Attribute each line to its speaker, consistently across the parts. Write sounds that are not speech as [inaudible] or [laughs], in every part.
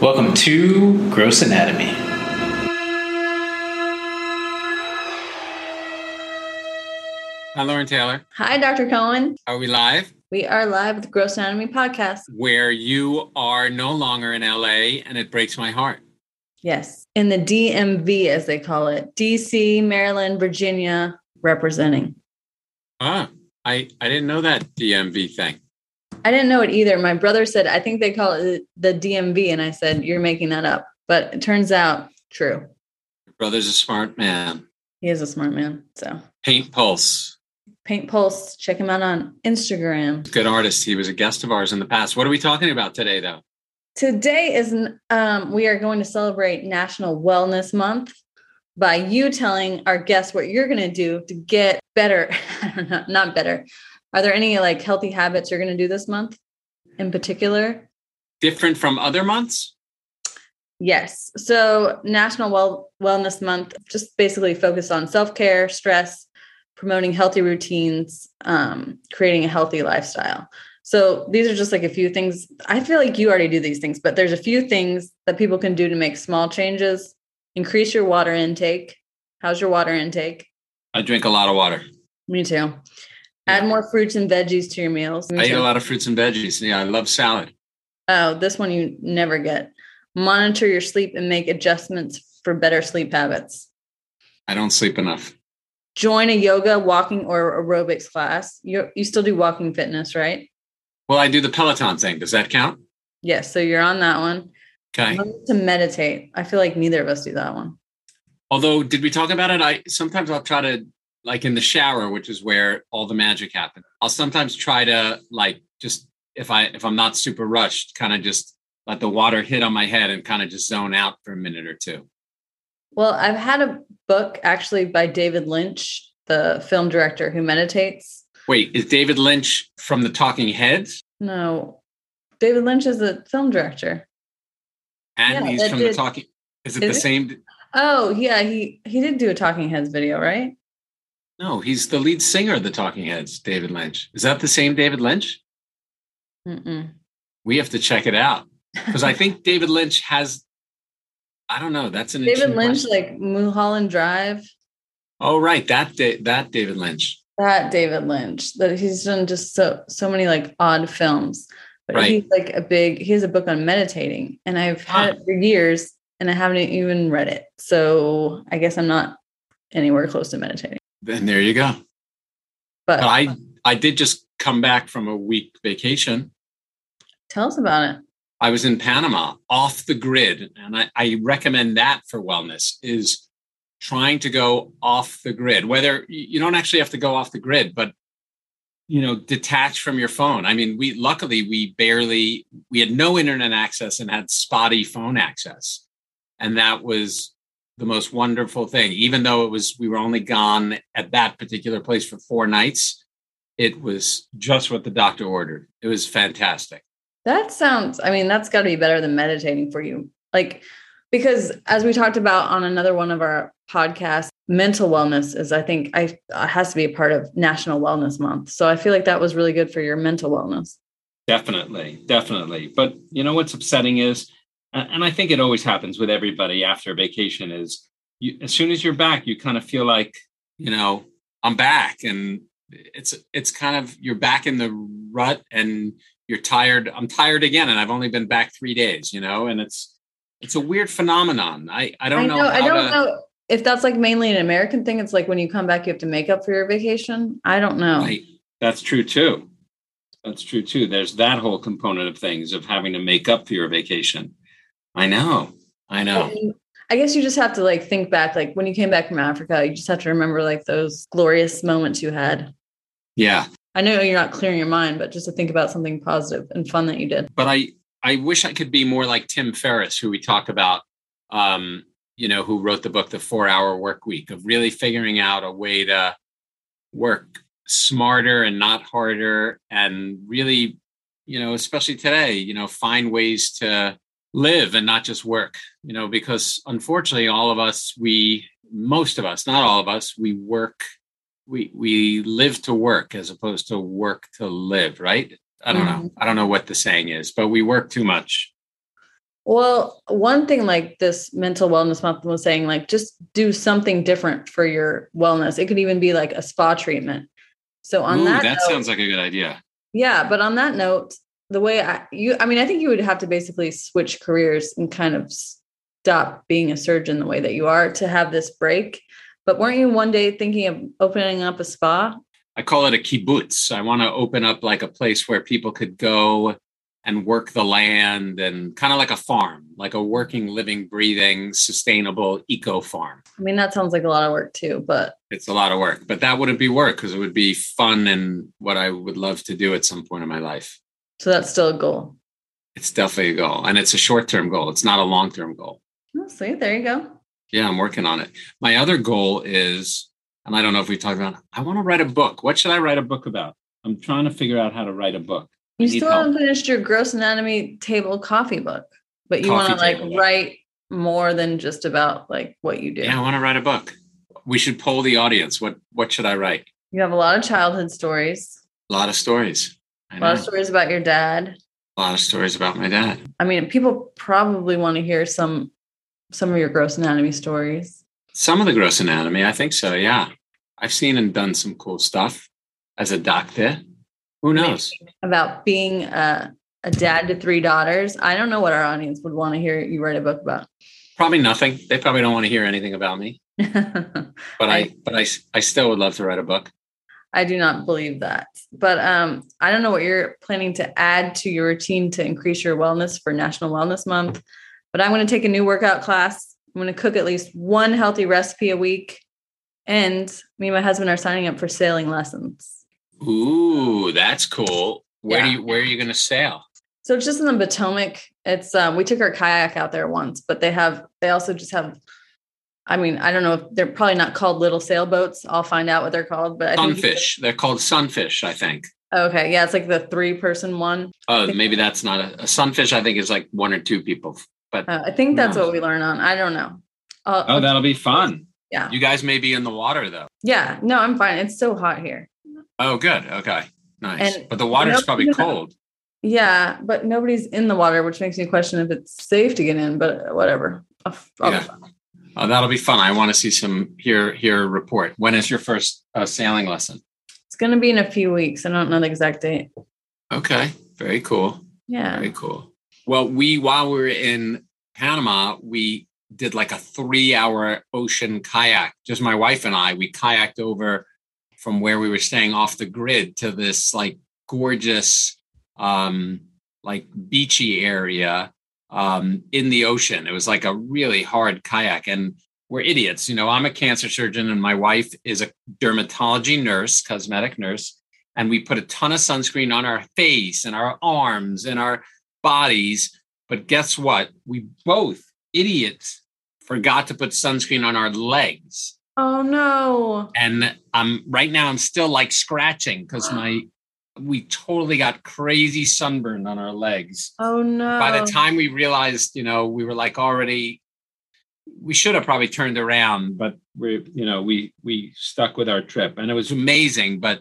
Speaker 1: Welcome to Gross Anatomy.
Speaker 2: Hi, Lauren Taylor.
Speaker 3: Hi, Dr. Cohen.
Speaker 2: Are we live?
Speaker 3: We are live with the Gross Anatomy Podcast.
Speaker 2: Where you are no longer in LA, and it breaks my heart.
Speaker 3: Yes, in the DMV, as they call it DC, Maryland, Virginia, representing.
Speaker 2: Ah, I, I didn't know that DMV thing.
Speaker 3: I didn't know it either. My brother said, I think they call it the DMV. And I said, You're making that up. But it turns out true.
Speaker 2: Your brother's a smart man.
Speaker 3: He is a smart man. So
Speaker 2: Paint Pulse,
Speaker 3: Paint Pulse, check him out on Instagram.
Speaker 2: good artist. He was a guest of ours in the past. What are we talking about today, though?
Speaker 3: Today is, n- um, we are going to celebrate National Wellness Month by you telling our guests what you're going to do to get better. [laughs] I don't know, not better. Are there any like healthy habits you're going to do this month in particular?
Speaker 2: Different from other months?
Speaker 3: Yes. So National well- Wellness Month just basically focused on self care, stress, promoting healthy routines, um, creating a healthy lifestyle. So these are just like a few things. I feel like you already do these things, but there's a few things that people can do to make small changes. Increase your water intake. How's your water intake?
Speaker 2: I drink a lot of water.
Speaker 3: Me too. Add more fruits and veggies to your meals. Me
Speaker 2: I eat
Speaker 3: too.
Speaker 2: a lot of fruits and veggies. Yeah, I love salad.
Speaker 3: Oh, this one you never get. Monitor your sleep and make adjustments for better sleep habits.
Speaker 2: I don't sleep enough.
Speaker 3: join a yoga, walking, or aerobics class. You you still do walking fitness, right?
Speaker 2: Well, I do the Peloton thing. Does that count?
Speaker 3: Yes. So you're on that one.
Speaker 2: Okay.
Speaker 3: Learn to meditate. I feel like neither of us do that one.
Speaker 2: Although, did we talk about it? I sometimes I'll try to like in the shower, which is where all the magic happens. I'll sometimes try to like just if I if I'm not super rushed, kind of just let the water hit on my head and kind of just zone out for a minute or two.
Speaker 3: Well, I've had a book actually by David Lynch, the film director who meditates.
Speaker 2: Wait, is David Lynch from the Talking Heads?
Speaker 3: No, David Lynch is a film director.
Speaker 2: And
Speaker 3: Yeah,
Speaker 2: he's
Speaker 3: that
Speaker 2: from the
Speaker 3: did-
Speaker 2: Talking. Is it
Speaker 3: Is
Speaker 2: the
Speaker 3: it?
Speaker 2: same?
Speaker 3: Oh yeah, he he did do a Talking Heads video, right?
Speaker 2: No, he's the lead singer of the Talking Heads, David Lynch. Is that the same David Lynch?
Speaker 3: Mm-mm.
Speaker 2: We have to check it out because
Speaker 3: [laughs]
Speaker 2: I think David Lynch has. I don't know. That's an
Speaker 3: David
Speaker 2: interesting
Speaker 3: Lynch,
Speaker 2: question.
Speaker 3: like Mulholland Drive.
Speaker 2: Oh, right. That da- that David Lynch.
Speaker 3: that David Lynch that he's done just so so many like odd films. But
Speaker 2: Right.
Speaker 3: he's like a big he has a book on meditating and I've had it for years and I haven't even read it. So I guess I'm not anywhere close to meditating.
Speaker 2: Then there you go.
Speaker 3: But
Speaker 2: But I I did just come back from a week vacation.
Speaker 3: tell us about it.
Speaker 2: I was in Panama, off the grid, and I, I recommend that for wellness is trying to go off the grid. Whether you you don't actually have to go off the grid, but you know, detach from your phone. I mean, we luckily we barely we had no internet access and had spotty phone access, and that was the most wonderful thing. Even though it was we were only gone at that particular place for four nights, it was just what the doctor ordered. It was fantastic.
Speaker 3: That sounds I mean that's got to be better than meditating for you. Like because as we talked about on another one of our podcasts, mental wellness is I think I uh, has to be a part of National Wellness Month. So I feel like that was really good for your mental wellness.
Speaker 2: Definitely, definitely. But you know what's upsetting is, and and I think it always happens with everybody after a vacation is, you, as soon as you're back, you kind of feel like, you know, I'm back, and it's it's kind of you're back in the rut, and you're tired. I'm tired again, and I've only been back three days, you know, and it's it's a weird phenomenon. I I don't
Speaker 3: I
Speaker 2: know.
Speaker 3: know. I
Speaker 2: how
Speaker 3: don't
Speaker 2: to-
Speaker 3: know if that's like mainly an American thing. It's like when you come back, you have to make up for your vacation. I don't know.
Speaker 2: Right. That's true too. That's true too. There's that whole component of things of having to make up for your vacation. I know. I know.
Speaker 3: I guess you just have to like think back, like when you came back from Africa, you just have to remember like those glorious moments you had.
Speaker 2: Yeah.
Speaker 3: I know you're not clearing your mind, but just to think about something positive and fun that you did.
Speaker 2: But I I wish I could be more like Tim Ferriss, who we talk about, um, you know, who wrote the book The Four Hour Work Week of really figuring out a way to work smarter and not harder and really, you know, especially today, you know, find ways to live and not just work, you know, because unfortunately all of us, we most of us, not all of us, we work we we live to work as opposed to work
Speaker 3: Mm-hmm.
Speaker 2: to live, right? I don't know. I don't know what the saying is, but we work too much.
Speaker 3: Well, one thing like this mental wellness month was saying, like, just do something different for your wellness. It could even be like a spa treatment. So on
Speaker 2: Ooh,
Speaker 3: that,
Speaker 2: that
Speaker 3: note-
Speaker 2: sounds like a good idea.
Speaker 3: yeah, but on that note, the way I you, I mean, I think you would have to basically switch careers and kind of stop being a surgeon the way that you are to have this break. But weren't you one day thinking of opening up a spa?
Speaker 2: I call it a kibbutz. I want to open up like a place where people could go and work the land and kind of like a farm, like a working, living, breathing, sustainable eco farm.
Speaker 3: I mean, that sounds like a lot of work too, but
Speaker 2: It's a lot of work, but that wouldn't be work because it would be fun and what I would love to do at some point in my life.
Speaker 3: so that's still a goal.
Speaker 2: It's definitely a goal and it's a short term goal, it's not a long term goal.
Speaker 3: Oh, see, there you go.
Speaker 2: Yeah, I'm working on it. My other goal is, and I don't know if we talked about, it, I want to write a book. What should I write a book about? I'm trying to figure out how to write a book. I
Speaker 3: You
Speaker 2: need
Speaker 3: still
Speaker 2: help.
Speaker 3: haven't finished your gross anatomy table coffee book, but you want
Speaker 2: Coffee
Speaker 3: to like
Speaker 2: table, yeah.
Speaker 3: write more than just about like what you do.
Speaker 2: Yeah, I want to write a book. We should poll the audience. What what should I write?
Speaker 3: You have a lot of childhood stories,
Speaker 2: A lot of stories. I
Speaker 3: a
Speaker 2: know.
Speaker 3: lot of stories about your dad.
Speaker 2: A lot of stories about my dad.
Speaker 3: I mean, people probably want to hear some some of your gross anatomy stories.
Speaker 2: Some of the gross anatomy, I think so. Yeah, I've seen and done some cool stuff as a doctor. Who knows?
Speaker 3: about being a, a dad to three daughters. I don't know what our audience would want to hear you write a book about. [laughs]
Speaker 2: Probably nothing. They probably don't want to hear anything about me.
Speaker 3: I
Speaker 2: But I,
Speaker 3: I-
Speaker 2: but I, I still would love to write a book.
Speaker 3: do not believe that. But um, I don't know what you're planning to add to your routine to increase your wellness for National Wellness Month. But I'm going to take a new workout class. I'm going to cook at least one healthy recipe a week. And me and my husband are signing up for sailing lessons.
Speaker 2: Ooh, that's cool. Where do
Speaker 3: Yeah.
Speaker 2: you, where are you going to sail?
Speaker 3: So it's just in the Potomac. It's um, we took our kayak out there once, but they have they also just have. I mean, I don't know if they're probably not called little sailboats. I'll find out what they're called. But I think-
Speaker 2: Sunfish. They're called sunfish, I think.
Speaker 3: okay, yeah, it's like the three person one.
Speaker 2: Oh, maybe that's not a, a sunfish. I think is like one or two people. But
Speaker 3: Uh, I think that's
Speaker 2: No.
Speaker 3: what we learn on. I don't know. Uh,
Speaker 2: oh, that'll be fun.
Speaker 3: yeah,
Speaker 2: You guys may be in the water though.
Speaker 3: yeah. No, I'm fine. It's so hot here.
Speaker 2: Oh, good. Okay. Nice.
Speaker 3: And-
Speaker 2: but the water's
Speaker 3: Nope.
Speaker 2: probably cold.
Speaker 3: Yeah, but nobody's in the water, which makes me question if it's safe to get in. But whatever. I'll- I'll-
Speaker 2: Yeah. Oh, that'll be fun. I want to see some here here report. When is your first uh, sailing lesson?
Speaker 3: It's going to be in a few weeks. I don't know the exact date.
Speaker 2: Okay. Very cool.
Speaker 3: Yeah.
Speaker 2: Very cool. Well, we while we were in Panama, we did like a 3-hour ocean kayak. Just my wife and I, we kayaked over from where we were staying off the grid to this like gorgeous um like beachy area um in the ocean it was like a really hard kayak and we're idiots you know i'm a cancer surgeon and my wife is a dermatology nurse cosmetic nurse and we put a ton of sunscreen on our face and our arms and our bodies but guess what we both idiots forgot to put sunscreen on our legs
Speaker 3: Oh no.
Speaker 2: and I'm right now I'm still like scratching because my we totally got crazy sunburned on our legs.
Speaker 3: Oh no.
Speaker 2: By the time we realized, you know, we were like already we should have probably turned around, but we you know, we we stuck with our trip and it was amazing, but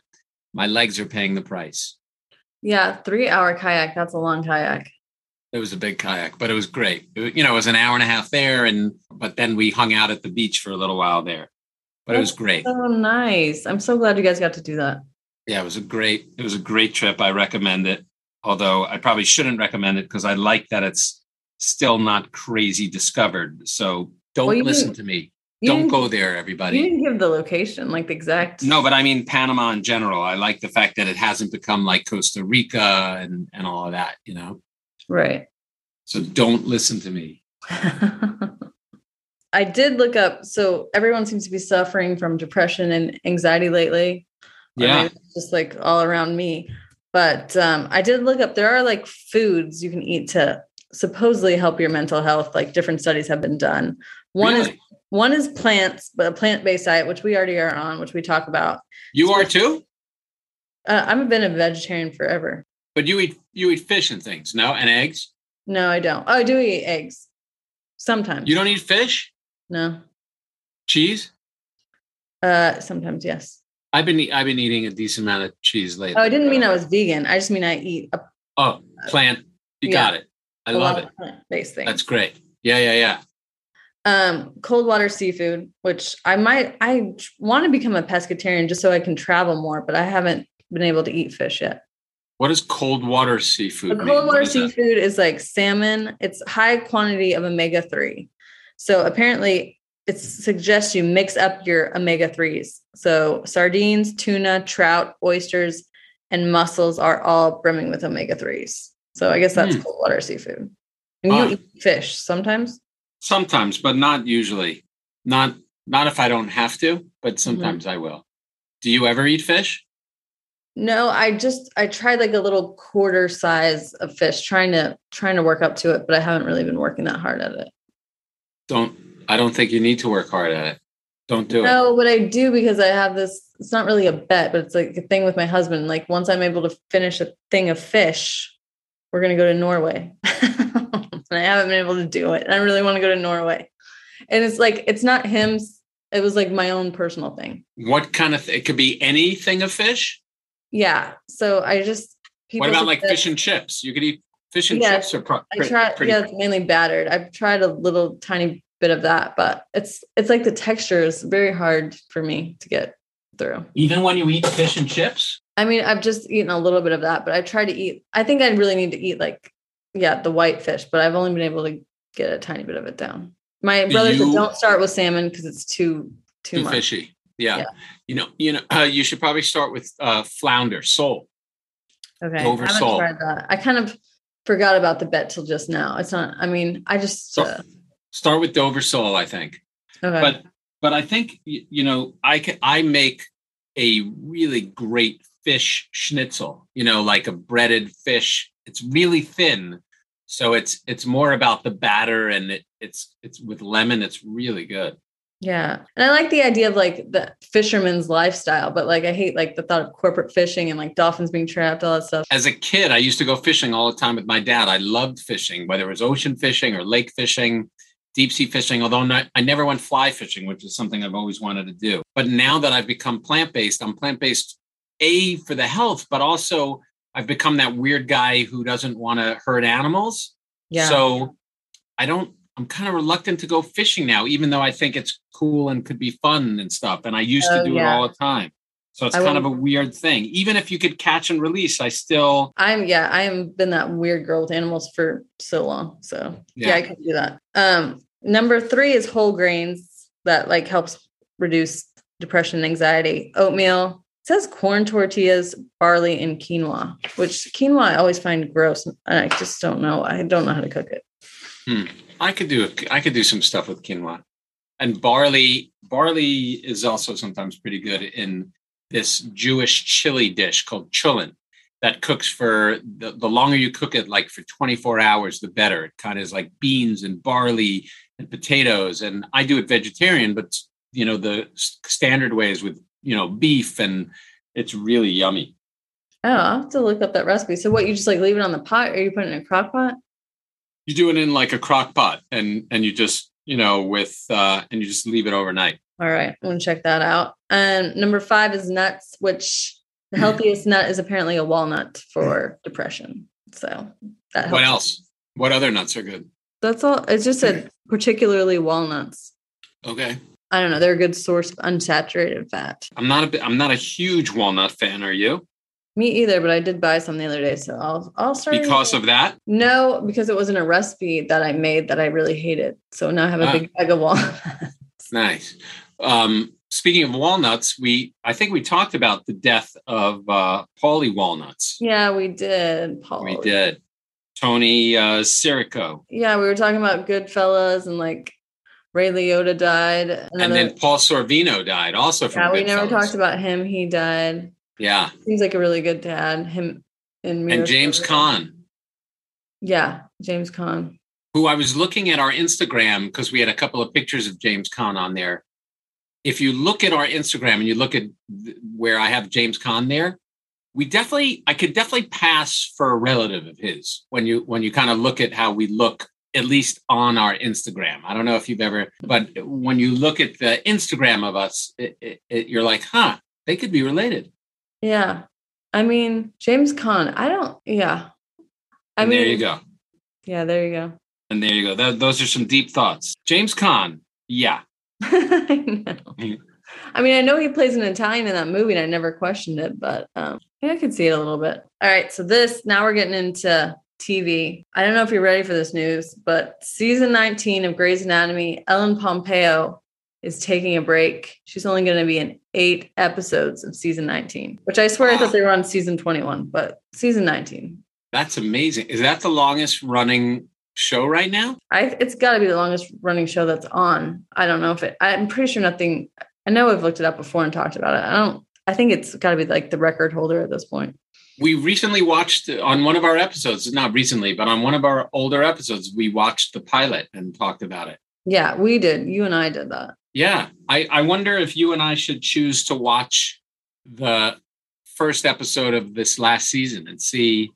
Speaker 2: my legs are paying the price.
Speaker 3: Yeah, three hour kayak. That's a long kayak.
Speaker 2: It was a big kayak, but it was great. It, you know, it was an hour and a half there and but then we hung out at the beach for a little while there. But it was great.
Speaker 3: So nice. I'm so glad you guys got to do that.
Speaker 2: yeah it was a great it was a great trip i recommend it although i probably shouldn't recommend it because i like that it's still not crazy discovered so don't
Speaker 3: Well, you
Speaker 2: listen
Speaker 3: didn't-
Speaker 2: to me
Speaker 3: You
Speaker 2: don't
Speaker 3: didn't-
Speaker 2: go there
Speaker 3: You
Speaker 2: everybody
Speaker 3: didn't give the location, like the exact.
Speaker 2: no but i mean panama in general i like the fact that it hasn't become like costa rica and and all of that you know
Speaker 3: Right. [laughs]
Speaker 2: so don't listen to me
Speaker 3: I did look up. So everyone seems to be suffering from depression and anxiety lately. Or
Speaker 2: yeah
Speaker 3: maybe it's just like all around me. But um, I did look up. There are like foods you can eat to supposedly help your mental health. Like different studies have been done. One is
Speaker 2: really?
Speaker 3: one is plants, but a plant based diet, which we already are on, which we talk about.
Speaker 2: you are too
Speaker 3: Uh, I've been a vegetarian forever.
Speaker 2: but you eat you eat fish and things no and eggs
Speaker 3: No, I don't. Oh, I do eat eggs sometimes.
Speaker 2: you don't eat fish
Speaker 3: no,
Speaker 2: cheese
Speaker 3: uh, sometimes yes.
Speaker 2: i've been e- i've been eating a decent amount of cheese lately
Speaker 3: Oh, I didn't mean
Speaker 2: but-
Speaker 3: I was vegan. I just mean I eat. A,
Speaker 2: Oh, plant. You
Speaker 3: Yeah.
Speaker 2: got it. I
Speaker 3: a
Speaker 2: love
Speaker 3: lot
Speaker 2: it.
Speaker 3: of plant-based things.
Speaker 2: That's great. Yeah, yeah, yeah.
Speaker 3: um cold water seafood which i might i want to become a pescatarian just so i can travel more but i haven't been able to eat fish yet
Speaker 2: What is cold water seafood?
Speaker 3: a
Speaker 2: mean?
Speaker 3: cold
Speaker 2: What
Speaker 3: water
Speaker 2: is that?
Speaker 3: seafood is like salmon it's high quantity of omega-3 so apparently it suggests you mix up your omega-3s so sardines tuna trout oysters and mussels are all brimming with omega-3s so i guess that's
Speaker 2: Hmm.
Speaker 3: cold water seafood and
Speaker 2: Fun.
Speaker 3: you eat fish sometimes
Speaker 2: Sometimes, but not usually. Not not if I don't have to,
Speaker 3: Mm-hmm.
Speaker 2: but sometimes I will. Do you ever eat fish?
Speaker 3: No, I just I tried like a little quarter size of fish, trying to trying to work up to it, but I haven't really been working that hard at it.
Speaker 2: Don't I don't think you need to work hard at it. Don't do it.
Speaker 3: No, but I do because I have this. It's not really a bet, but it's like a thing with my husband. Like once I'm able to finish a thing of fish, we're gonna go to Norway, [laughs] and I haven't been able to do it. I really want to go to Norway, and it's like it's not him. It was like my own personal thing.
Speaker 2: What kind of it could be anything of fish?
Speaker 3: Yeah. So I just people
Speaker 2: what about like
Speaker 3: suggest-
Speaker 2: fish and chips? You could eat fish and
Speaker 3: Yeah,
Speaker 2: chips or pro-
Speaker 3: I tried,
Speaker 2: pretty-
Speaker 3: yeah, it's mainly battered. I've tried a little tiny bit of that, but it's it's like the texture is very hard for me to get through.
Speaker 1: Even when you eat fish and chips?
Speaker 3: I mean, I've just eaten a little bit of that, but I try to eat. I think I really need to eat like, yeah, the white fish, but I've only been able to get a tiny bit of it down. My
Speaker 2: Do
Speaker 3: brother said
Speaker 2: you-
Speaker 3: don't start with salmon because it's too too,
Speaker 2: too
Speaker 3: much.
Speaker 2: fishy. Yeah.
Speaker 3: Yeah.
Speaker 2: You know, you know, uh, you should probably start with uh, flounder, sole.
Speaker 3: Okay,
Speaker 2: Over
Speaker 3: I haven't
Speaker 2: salt.
Speaker 3: tried that. I kind of forgot about the bet till just now. It's not. I mean, I just
Speaker 2: So-
Speaker 3: uh,
Speaker 2: Start with Dover sole, I think.
Speaker 3: okay.
Speaker 2: But but I think y- you know, I can I make a really great fish schnitzel. You know, like a breaded fish. It's really thin, so it's it's more about the batter and it, it's it's with lemon. It's really good.
Speaker 3: Yeah. And I like the idea of like the fisherman's lifestyle, but like I hate like the thought of corporate fishing and like dolphins being trapped, all that stuff.
Speaker 2: As a kid, I used to go fishing all the time with my dad. I loved fishing, whether it was ocean fishing or lake fishing, deep sea fishing, although not, I never went fly fishing, which is something I've always wanted to do. But now that I've become plant based, I'm plant based A for the health, but also I've become that weird guy who doesn't want to hurt animals.
Speaker 3: Yeah.
Speaker 2: So I don't, I'm kind of reluctant to go fishing now, even though I think it's cool and could be fun and stuff. And I used
Speaker 3: Oh,
Speaker 2: to do
Speaker 3: yeah.
Speaker 2: it all the time. So it's
Speaker 3: I
Speaker 2: kind of a
Speaker 3: will-
Speaker 2: weird thing. Even if you could catch and release, I still,
Speaker 3: I'm yeah, I am been that weird girl with animals for so long. So yeah,
Speaker 2: Yeah.
Speaker 3: I can do that. Um number three is whole grains that like helps reduce depression and anxiety. Oatmeal. It says corn tortillas, barley, and quinoa, which quinoa I always find gross. and I just don't know. I don't know how to cook it.
Speaker 2: I could do, I could do some stuff with quinoa and barley. Barley is also sometimes pretty good in this Jewish chili dish called chulin that cooks for the, the longer you cook it, like for 24 hours, the better. It kind of is like beans and barley and potatoes. And I do it vegetarian, but you know, the s- standard way is with, you know, beef and it's really yummy.
Speaker 3: Oh, I'll have to look up that recipe. So what you just like leave it on the pot or you put it in a crock pot?
Speaker 2: You do it in like a crock pot and, and you just, you know, with, uh, and you just leave it overnight.
Speaker 3: All right, I'm gonna check that out. And number five is nuts, which the healthiest nut is apparently a walnut for depression. So that helps.
Speaker 2: What else? What other nuts are good?
Speaker 3: That's all. It just said particularly walnuts.
Speaker 2: Okay.
Speaker 3: I don't know. They're a good source of unsaturated fat.
Speaker 2: I'm not a bi- I'm not a huge walnut fan, are you?
Speaker 3: Me either, but I did buy some the other day, so I'll I'll start.
Speaker 2: Because
Speaker 3: eating
Speaker 2: of that?
Speaker 3: it. no, because it wasn't a recipe that I made that I really hated. So now I have a
Speaker 2: Ah.
Speaker 3: big bag of walnuts. [laughs]
Speaker 2: Nice. Um speaking of walnuts, we I think we talked about the death of uh Paulie walnuts.
Speaker 3: yeah, we did, Paul.
Speaker 2: We did. Tony uh Sirico.
Speaker 3: yeah, we were talking about Goodfellas and like Ray Liotta died.
Speaker 2: And
Speaker 3: Another,
Speaker 2: then Paul Sorvino died also from
Speaker 3: yeah, we never
Speaker 2: Goodfellas.
Speaker 3: talked about him. He died.
Speaker 2: Yeah.
Speaker 3: Seems like a really good dad. Him and
Speaker 2: And
Speaker 3: Mira
Speaker 2: James
Speaker 3: Sorvino.
Speaker 2: Kahn.
Speaker 3: Yeah, James Kahn.
Speaker 2: who I was looking at our Instagram because we had a couple of pictures of James Kahn on there. If you look at our Instagram and you look at th- where I have James Kahn there, we definitely I could definitely pass for a relative of his when you when you kind of look at how we look at least on our Instagram. I don't know if you've ever but when you look at the Instagram of us, it, it, it, you're like, "Huh, they could be related."
Speaker 3: Yeah, I mean James Kahn. I don't. Yeah, I
Speaker 2: And
Speaker 3: mean
Speaker 2: there you go.
Speaker 3: Yeah, there you go. [laughs]
Speaker 2: And there you go. Tho- those are some deep thoughts. James Caan. Yeah.
Speaker 3: I know. I mean, I know he plays an Italian in that movie, and I never questioned it, but um, yeah, I could see it a little bit. All right, so this now we're getting into TV. I don't know if you're ready for this news, but season 19 of Grey's Anatomy, Ellen Pompeo is taking a break. She's only going to be in eight episodes of season 19, which I swear I thought they were on season 21, but season 19.
Speaker 2: That's amazing. Is that the longest running show right now?
Speaker 3: I it's got to be the longest running show that's on. I don't know if it. I'm pretty sure nothing. I know I've looked it up before and talked about it. I don't. I think it's got to be like the record holder at this point.
Speaker 2: We recently watched on one of our episodes, not recently, but on one of our older episodes, we watched the pilot and talked about it.
Speaker 3: Yeah, we did. You and I did that.
Speaker 2: Yeah. I, I wonder if you and I should choose to watch the first episode of this last season and see,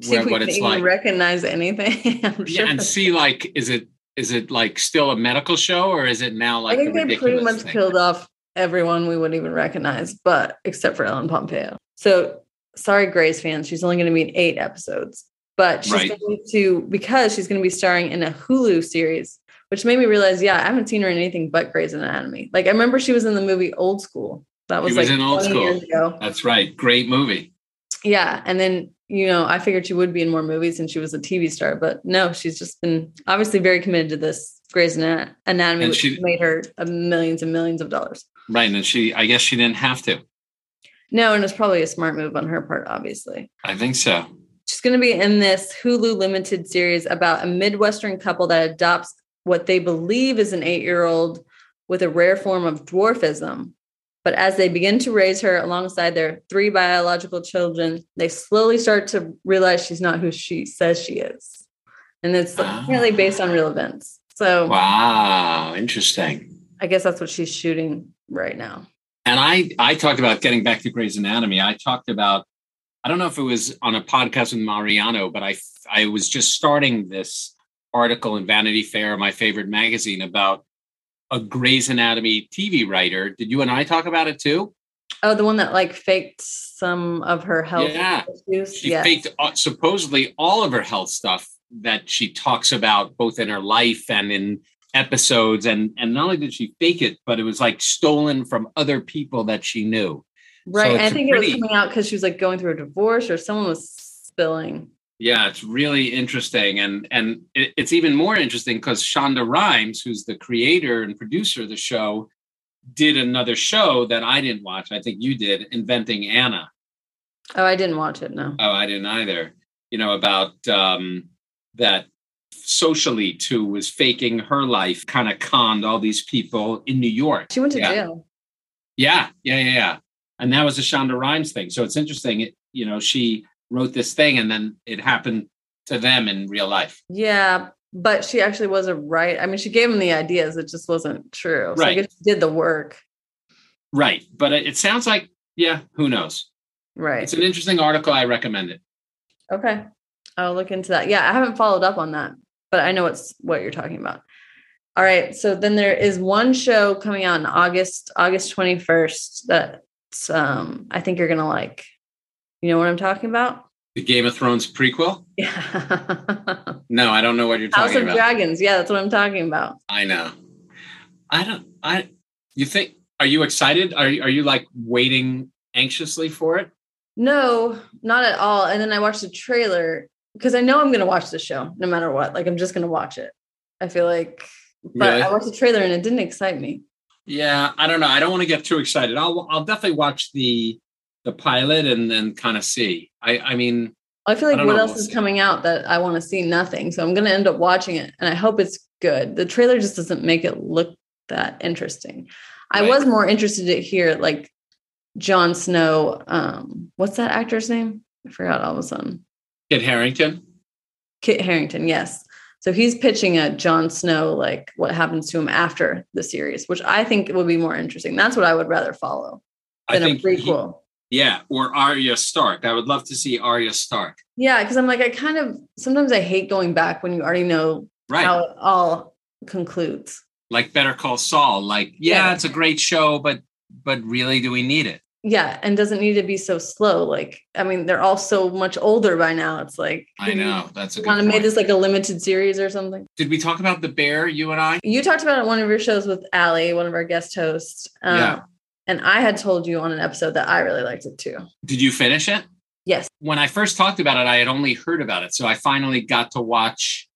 Speaker 3: See
Speaker 2: where,
Speaker 3: if we
Speaker 2: what
Speaker 3: can
Speaker 2: it's
Speaker 3: even
Speaker 2: like.
Speaker 3: recognize anything. [laughs] I'm
Speaker 2: yeah,
Speaker 3: sure.
Speaker 2: and see like is it is it like still a medical show or is it now like
Speaker 3: I think
Speaker 2: the
Speaker 3: they pretty
Speaker 2: ridiculous
Speaker 3: much
Speaker 2: thing?
Speaker 3: killed off everyone we wouldn't even recognize, but except for Ellen Pompeo. So sorry, Grace fans, she's only going to be in eight episodes, but she's
Speaker 2: Right.
Speaker 3: going to because she's going to be starring in a Hulu series, which made me realize, yeah, I haven't seen her in anything but Grey's Anatomy. Like I remember she was in the movie Old School. That was
Speaker 2: She
Speaker 3: like
Speaker 2: was in Old
Speaker 3: 20 years
Speaker 2: School.
Speaker 3: ago.
Speaker 2: That's right. Great movie.
Speaker 3: Yeah, and then you know I figured she would be in more movies and she was a TV star, but no, she's just been obviously very committed to this Grey's Ana- Anatomy,
Speaker 2: And
Speaker 3: which
Speaker 2: she-
Speaker 3: made her uh, millions and millions of dollars.
Speaker 2: Right. And she I guess she didn't have to.
Speaker 3: No, and it's probably a smart move on her part, obviously.
Speaker 2: I think so.
Speaker 3: She's going to be in this Hulu limited series about a Midwestern couple that adopts what they believe is an eight year old with a rare form of dwarfism. But as they begin to raise her alongside their three biological children, they slowly start to realize she's not who she says she is. And it's
Speaker 2: Ah.
Speaker 3: apparently based on real events. So
Speaker 2: Wow. Interesting.
Speaker 3: I guess that's what she's shooting right now.
Speaker 2: And I I talked about getting back to Grey's Anatomy. I talked about I don't know if it was on a podcast with Mariano, but I I was just starting this article in Vanity Fair, my favorite magazine, about a Grey's Anatomy TV writer. Did you and I talk about it too?
Speaker 3: Oh, the one that like faked some of her health
Speaker 2: Yeah.
Speaker 3: issues.
Speaker 2: She
Speaker 3: Yes.
Speaker 2: faked uh, supposedly all of her health stuff that she talks about both in her life and in episodes and and not only did she fake it but it was like stolen from other people that she knew
Speaker 3: Right.
Speaker 2: So
Speaker 3: and I
Speaker 2: it's a
Speaker 3: think it
Speaker 2: pretty-
Speaker 3: was coming out because she was like going through a divorce or someone was spilling.
Speaker 2: Yeah, it's really interesting, and and it, it's even more interesting because Shonda Rhimes, who's the creator and producer of the show, did another show that I didn't watch. I think you did, Inventing Anna.
Speaker 3: Oh, I didn't watch it. No.
Speaker 2: Oh, I didn't either. You know about um, that socially too was faking her life, kind of conned all these people in New York.
Speaker 3: She went to
Speaker 2: Yeah.
Speaker 3: jail.
Speaker 2: Yeah, yeah, yeah, yeah. And that was a Shonda Rhimes thing. So it's interesting. It, you know, she wrote this thing, and then it happened to them in real life.
Speaker 3: Yeah. But she actually wasn't right. I mean, she gave him the ideas. It just wasn't true. So I
Speaker 2: Right.
Speaker 3: guess she did the work.
Speaker 2: Right. But it, it sounds like, yeah, who knows?
Speaker 3: Right.
Speaker 2: It's an interesting article. I recommend it.
Speaker 3: Okay. I'll look into that. Yeah. I haven't followed up on that, but I know it's what you're talking about. All right. So then there is one show coming out in August, August 21st that um, I think you're going to like. You know what I'm talking about? [laughs]
Speaker 2: The Game of Thrones prequel?
Speaker 3: Yeah.
Speaker 2: No, I don't know what you're
Speaker 3: House
Speaker 2: talking
Speaker 3: of
Speaker 2: about.
Speaker 3: Dragons. Yeah, that's what I'm talking about.
Speaker 2: I know. I don't I you think are you excited? Are you- are you like waiting anxiously for it?
Speaker 3: No, not at all. And then I watched the trailer because I know I'm going to watch the show no matter what. Like, I'm just going to watch it. I feel like, but
Speaker 2: Really?
Speaker 3: I watched the trailer and it didn't excite me.
Speaker 2: Yeah, I don't know. I don't want to get too excited. I'll I'll definitely watch the the pilot and then kind of see. I I mean,
Speaker 3: I feel
Speaker 2: I
Speaker 3: like
Speaker 2: don't
Speaker 3: what
Speaker 2: know,
Speaker 3: else
Speaker 2: we'll
Speaker 3: is
Speaker 2: see.
Speaker 3: coming out that I want to see? Nothing. So I'm going to end up watching it and I hope it's good. The trailer just doesn't make it look that interesting. I
Speaker 2: Right.
Speaker 3: was more interested to hear like Jon Snow. Um, what's that actor's name? I forgot all of a sudden.
Speaker 2: Kit Harrington.
Speaker 3: Kit Harrington, yes. So he's pitching a Jon Snow, like what happens to him after the series, which I think would be more interesting. That's what I would rather follow
Speaker 2: I
Speaker 3: than a
Speaker 2: think he-
Speaker 3: prequel.
Speaker 2: yeah, or Arya Stark. I would love to see Arya Stark.
Speaker 3: yeah, because I'm like, I kind of sometimes I hate going back when you already know
Speaker 2: Right.
Speaker 3: how it all concludes.
Speaker 2: like Better Call Saul. Like, yeah,
Speaker 3: Yeah.
Speaker 2: it's a great show, but but really, do we need it?
Speaker 3: yeah and doesn't need to be so slow like i mean they're all so much older by now it's like
Speaker 2: I know that's a good
Speaker 3: want to Mm-hmm. make
Speaker 2: point.
Speaker 3: this like a limited series or something
Speaker 2: Did we talk about the bear? You and I.
Speaker 3: you talked about it on one of your shows with Allie, one of our guest hosts um,
Speaker 2: Yeah.
Speaker 3: and i had told you on an episode that i really liked it too
Speaker 2: Did you finish it?
Speaker 3: yes
Speaker 2: When I first talked about it, I had only heard about it, so I finally got to watch.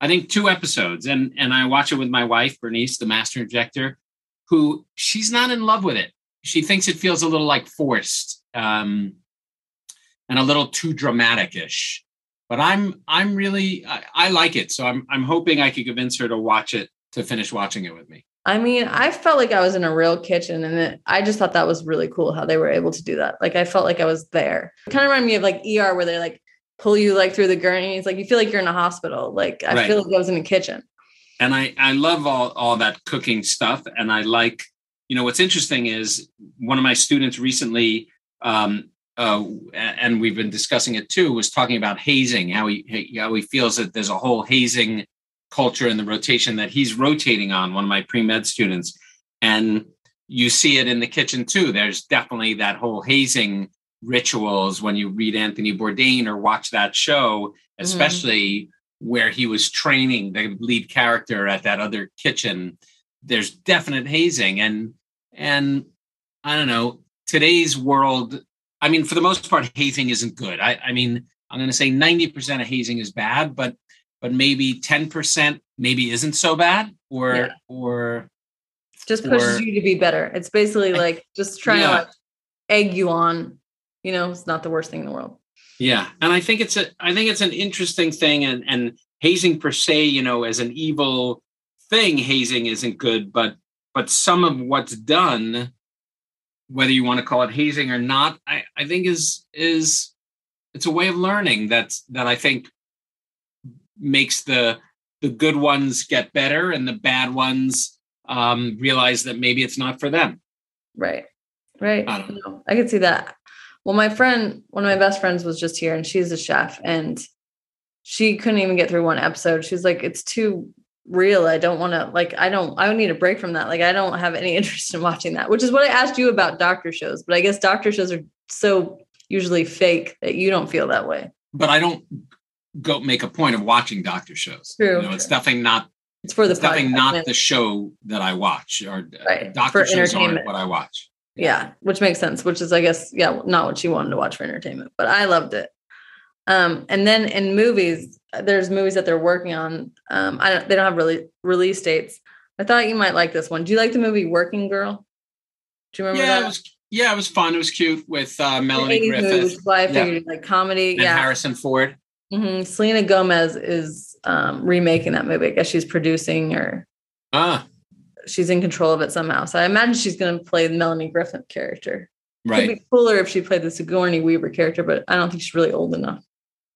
Speaker 2: I think two episodes, and and I watch it with my wife Bernice, the master injector, who she's not in love with it. She thinks it feels a little like forced, um, and a little too dramatic ish. But I'm I'm really I, I like it, so I'm I'm hoping I could convince her to watch it to finish watching it with me.
Speaker 3: I mean, I felt like I was in a real kitchen, and it, I just thought that was really cool how they were able to do that. Like, I felt like I was there. It kind of reminded me of like ER, where they like pull you like through the gurney. It's like you feel like you're in a hospital. Like, I
Speaker 2: Right.
Speaker 3: feel like I was in a kitchen.
Speaker 2: and I I love all all that cooking stuff, and I like you know what's interesting is one of my students recently, um, uh, a- and we've been discussing it too, was talking about hazing how he how he feels that there's a whole hazing culture in the rotation that he's rotating on. One of my pre med students, and you see it in the kitchen too. There's definitely that whole hazing rituals when you read Anthony Bourdain or watch that show, especially where he was training the lead character at that other kitchen there's definite hazing and and i don't know today's world i mean for the most part hazing isn't good i, I mean i'm going to say 90% of hazing is bad but but maybe 10% maybe isn't so bad or
Speaker 3: Yeah.
Speaker 2: or
Speaker 3: Just pushes
Speaker 2: Or-
Speaker 3: you to be better. It's basically
Speaker 2: I-
Speaker 3: like just trying
Speaker 2: Yeah.
Speaker 3: to like egg you on. You know, it's not the worst thing in the world.
Speaker 2: Yeah, and I think it's a I think it's an interesting thing, and and hazing per se, you know, as an evil thing, hazing isn't good, but but some of what's done, whether you want to call it hazing or not, I I think is is it's a way of learning that's that I think makes the the good ones get better and the bad ones um realize that maybe it's not for them.
Speaker 3: Right. Right.
Speaker 2: I don't
Speaker 3: No, I could see that. Well, my friend, one of my best friends was just here and she's a chef and she couldn't even get through one episode. She's like, it's too real. I don't want to, like, I don't, I would need a break from that. Like, I don't have any [laughs] interest in watching that, which is what I asked you about doctor shows. But I guess doctor shows are so usually fake that you don't feel that way.
Speaker 2: But I don't go make a point of watching doctor shows.
Speaker 3: True,
Speaker 2: you know, it's
Speaker 3: true.
Speaker 2: definitely not
Speaker 3: It's for the
Speaker 2: it's definitely
Speaker 3: podcast,
Speaker 2: not
Speaker 3: man.
Speaker 2: the show that I watch or uh,
Speaker 3: Right,
Speaker 2: doctor
Speaker 3: for
Speaker 2: shows aren't
Speaker 3: entertainment.
Speaker 2: what I watch.
Speaker 3: yeah which makes sense which is i guess yeah not what you wanted to watch for entertainment but i loved it um and then in movies there's movies that they're working on um i don't they don't have really release dates i thought you might like this one do you like the movie working girl do you remember
Speaker 2: Yeah, it
Speaker 3: that
Speaker 2: was yeah, it was fun. It was cute with uh,
Speaker 3: The
Speaker 2: Melanie
Speaker 3: 80s movie, which
Speaker 2: Griffith
Speaker 3: is why i
Speaker 2: Yeah.
Speaker 3: figured you like comedy
Speaker 2: and
Speaker 3: yeah
Speaker 2: Harrison Ford.
Speaker 3: hmm selena gomez is um remaking that movie i guess she's producing or
Speaker 2: Ah,
Speaker 3: she's in control of it somehow so i imagine she's going to play the melanie griffith character It'd
Speaker 2: right.
Speaker 3: be cooler if she played the Sigourney Weaver character, but I don't think she's really old enough.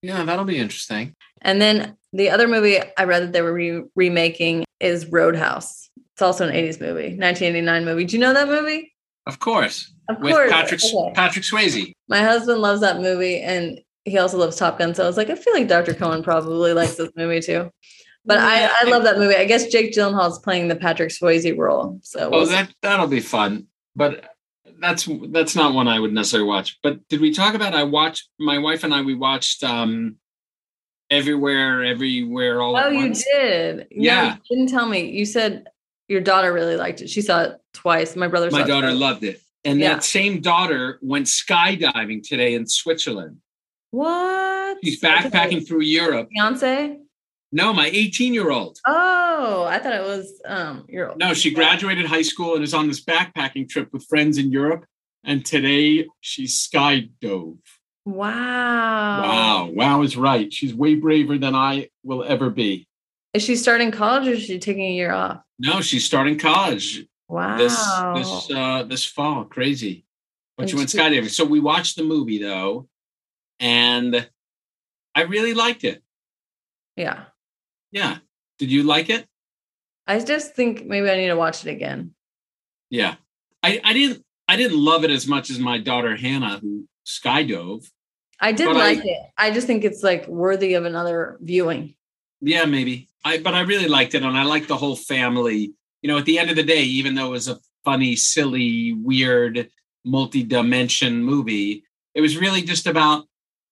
Speaker 2: Yeah, that'll be interesting.
Speaker 3: And then the other movie I read that they were re- remaking is Roadhouse. It's also an 80s movie, 1989 movie. Do you know that movie?
Speaker 2: Of course,
Speaker 3: Of
Speaker 2: with
Speaker 3: course.
Speaker 2: Patrick
Speaker 3: Okay.
Speaker 2: Patrick Swayze.
Speaker 3: My husband loves that movie and he also loves Top Gun. So I was like, I feel like Dr. Cohen probably likes this movie too. But I, I love that movie. I guess Jake Gyllenhaal's playing the Patrick Swayze role. So
Speaker 2: Oh, that that'll be fun. But that's that's not one I would necessarily watch. But did we talk about? I watched my wife and I. We watched um, Everywhere, Everywhere, All
Speaker 3: Oh,
Speaker 2: at
Speaker 3: you
Speaker 2: Once.
Speaker 3: did. No,
Speaker 2: Yeah.
Speaker 3: you didn't tell me. You said your daughter really liked it. She saw it twice. My brother. saw
Speaker 2: my
Speaker 3: it
Speaker 2: daughter
Speaker 3: twice.
Speaker 2: loved it and
Speaker 3: Yeah.
Speaker 2: that same daughter went skydiving today in switzerland
Speaker 3: What?
Speaker 2: she's backpacking through europe
Speaker 3: Beyonce?
Speaker 2: no my 18 year old
Speaker 3: Oh, I thought it was um your
Speaker 2: no she graduated high school and is on this backpacking trip with friends in europe and today she skydove wow
Speaker 3: Wow.
Speaker 2: wow is right she's way braver than i will ever be
Speaker 3: Is she starting college or is she taking a year off?
Speaker 2: no she's starting college
Speaker 3: Wow.
Speaker 2: this this uh this fall crazy but you went skydiving so we watched the movie though and i really liked it
Speaker 3: yeah.
Speaker 2: Yeah. Did you like it?
Speaker 3: I just think maybe I need to watch it again.
Speaker 2: Yeah. I, I didn't I didn't love it as much as my daughter Hannah who skydove.
Speaker 3: I did
Speaker 2: But I-
Speaker 3: like it. I just think it's like worthy of another viewing.
Speaker 2: Yeah, maybe. I but I really liked it and I liked the whole family. You know, at the end of the day, even though it was a funny, silly, weird multi-dimension movie. It was really just about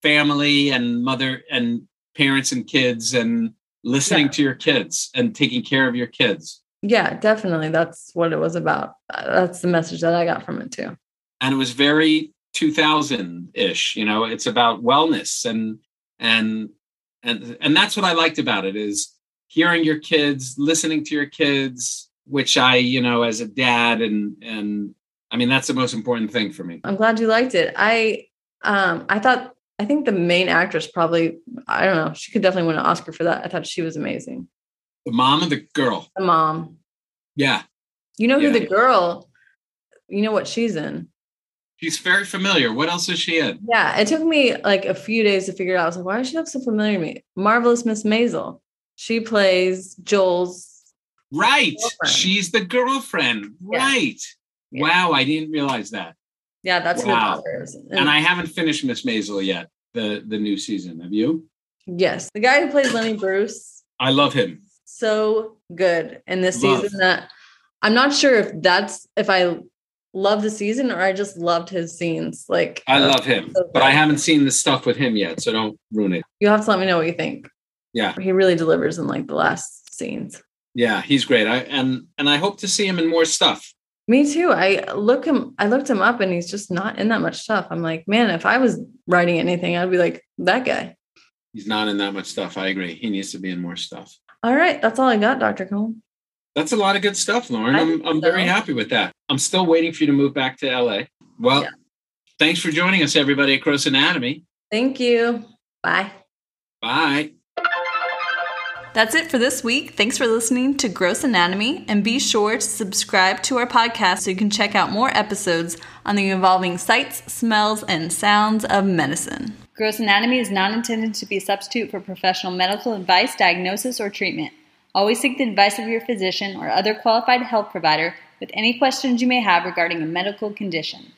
Speaker 2: family and mother and parents and kids and listening
Speaker 3: Yeah.
Speaker 2: to your kids and taking care of your kids.
Speaker 3: Yeah, definitely. That's what it was about. Uh, That's the message that I got from it too.
Speaker 2: And it was very 2000-ish, you know, it's about wellness and and and and that's what I liked about it is hearing your kids, listening to your kids, which I, you know, as a dad and and I mean that's the most important thing for me.
Speaker 3: I'm glad you liked it. I um I thought I think the main actress probably I don't know, she could definitely win an Oscar for that. I thought she was amazing.
Speaker 2: The mom and the girl.
Speaker 3: The mom.
Speaker 2: Yeah.
Speaker 3: You know who
Speaker 2: Yeah.
Speaker 3: the girl you know what she's in.
Speaker 2: She's very familiar. What else is she in?
Speaker 3: Yeah, it took me like a few days to figure out. I was like, why does she look so familiar to me? Marvelous Miss Maisel. She plays Joel's
Speaker 2: Right.
Speaker 3: Girlfriend.
Speaker 2: She's the girlfriend.
Speaker 3: Yeah.
Speaker 2: Right.
Speaker 3: Yeah.
Speaker 2: Wow, I didn't realize that.
Speaker 3: yeah, that's who the
Speaker 2: Wow.
Speaker 3: daughter is. And,
Speaker 2: And I haven't finished Miss Maisel yet, the the new season. Have you?
Speaker 3: yes, the guy who plays Lenny Bruce,
Speaker 2: I love him.
Speaker 3: so good in this
Speaker 2: Love.
Speaker 3: season that I'm not sure if that's if I love the season or I just loved his scenes. Like
Speaker 2: I love him.
Speaker 3: so
Speaker 2: But I
Speaker 3: good.
Speaker 2: haven't seen the stuff with him yet, so don't ruin it.
Speaker 3: you'll have to let me know what you think.
Speaker 2: Yeah.
Speaker 3: He really delivers in like the last scenes.
Speaker 2: Yeah, he's great. I and and I hope to see him in more stuff.
Speaker 3: Me too. I look him I looked him up and he's just not in that much stuff. I'm like, man, if I was writing anything, I'd be like that guy.
Speaker 2: He's not in that much stuff. I agree. He needs to be in more stuff.
Speaker 3: All right, that's all I got, Dr. Cohen.
Speaker 2: That's a lot of good stuff, Lauren.
Speaker 3: I
Speaker 2: I'm
Speaker 3: think
Speaker 2: I'm very
Speaker 3: so.
Speaker 2: happy with that. I'm still waiting for you to move back to LA. Well,
Speaker 3: Yeah.
Speaker 2: thanks for joining us, everybody at Gross Anatomy.
Speaker 3: Thank you. Bye.
Speaker 2: Bye.
Speaker 3: That's it for this week. Thanks for listening to Gross Anatomy, and be sure to subscribe to our podcast so you can check out more episodes on the evolving sights, smells, and sounds of medicine. Gross Anatomy is not intended to be a substitute for professional medical advice, diagnosis, or treatment. Always seek the advice of your physician or other qualified health provider with any questions you may have regarding a medical condition.